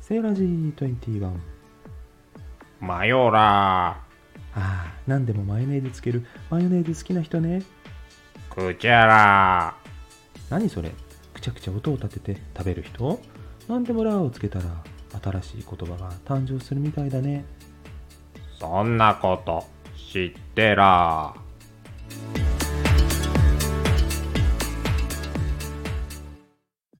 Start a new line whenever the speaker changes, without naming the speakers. セーラジー21
マヨラ
ああ何でもマヨネーズつけるマヨネーズ好きな人ね
ー、クジャラ
何それくちゃくちゃ音を立てて食べる人なんでもラーをつけたら新しい言葉が誕生するみたいだね
ー、そんなこと知ってらー。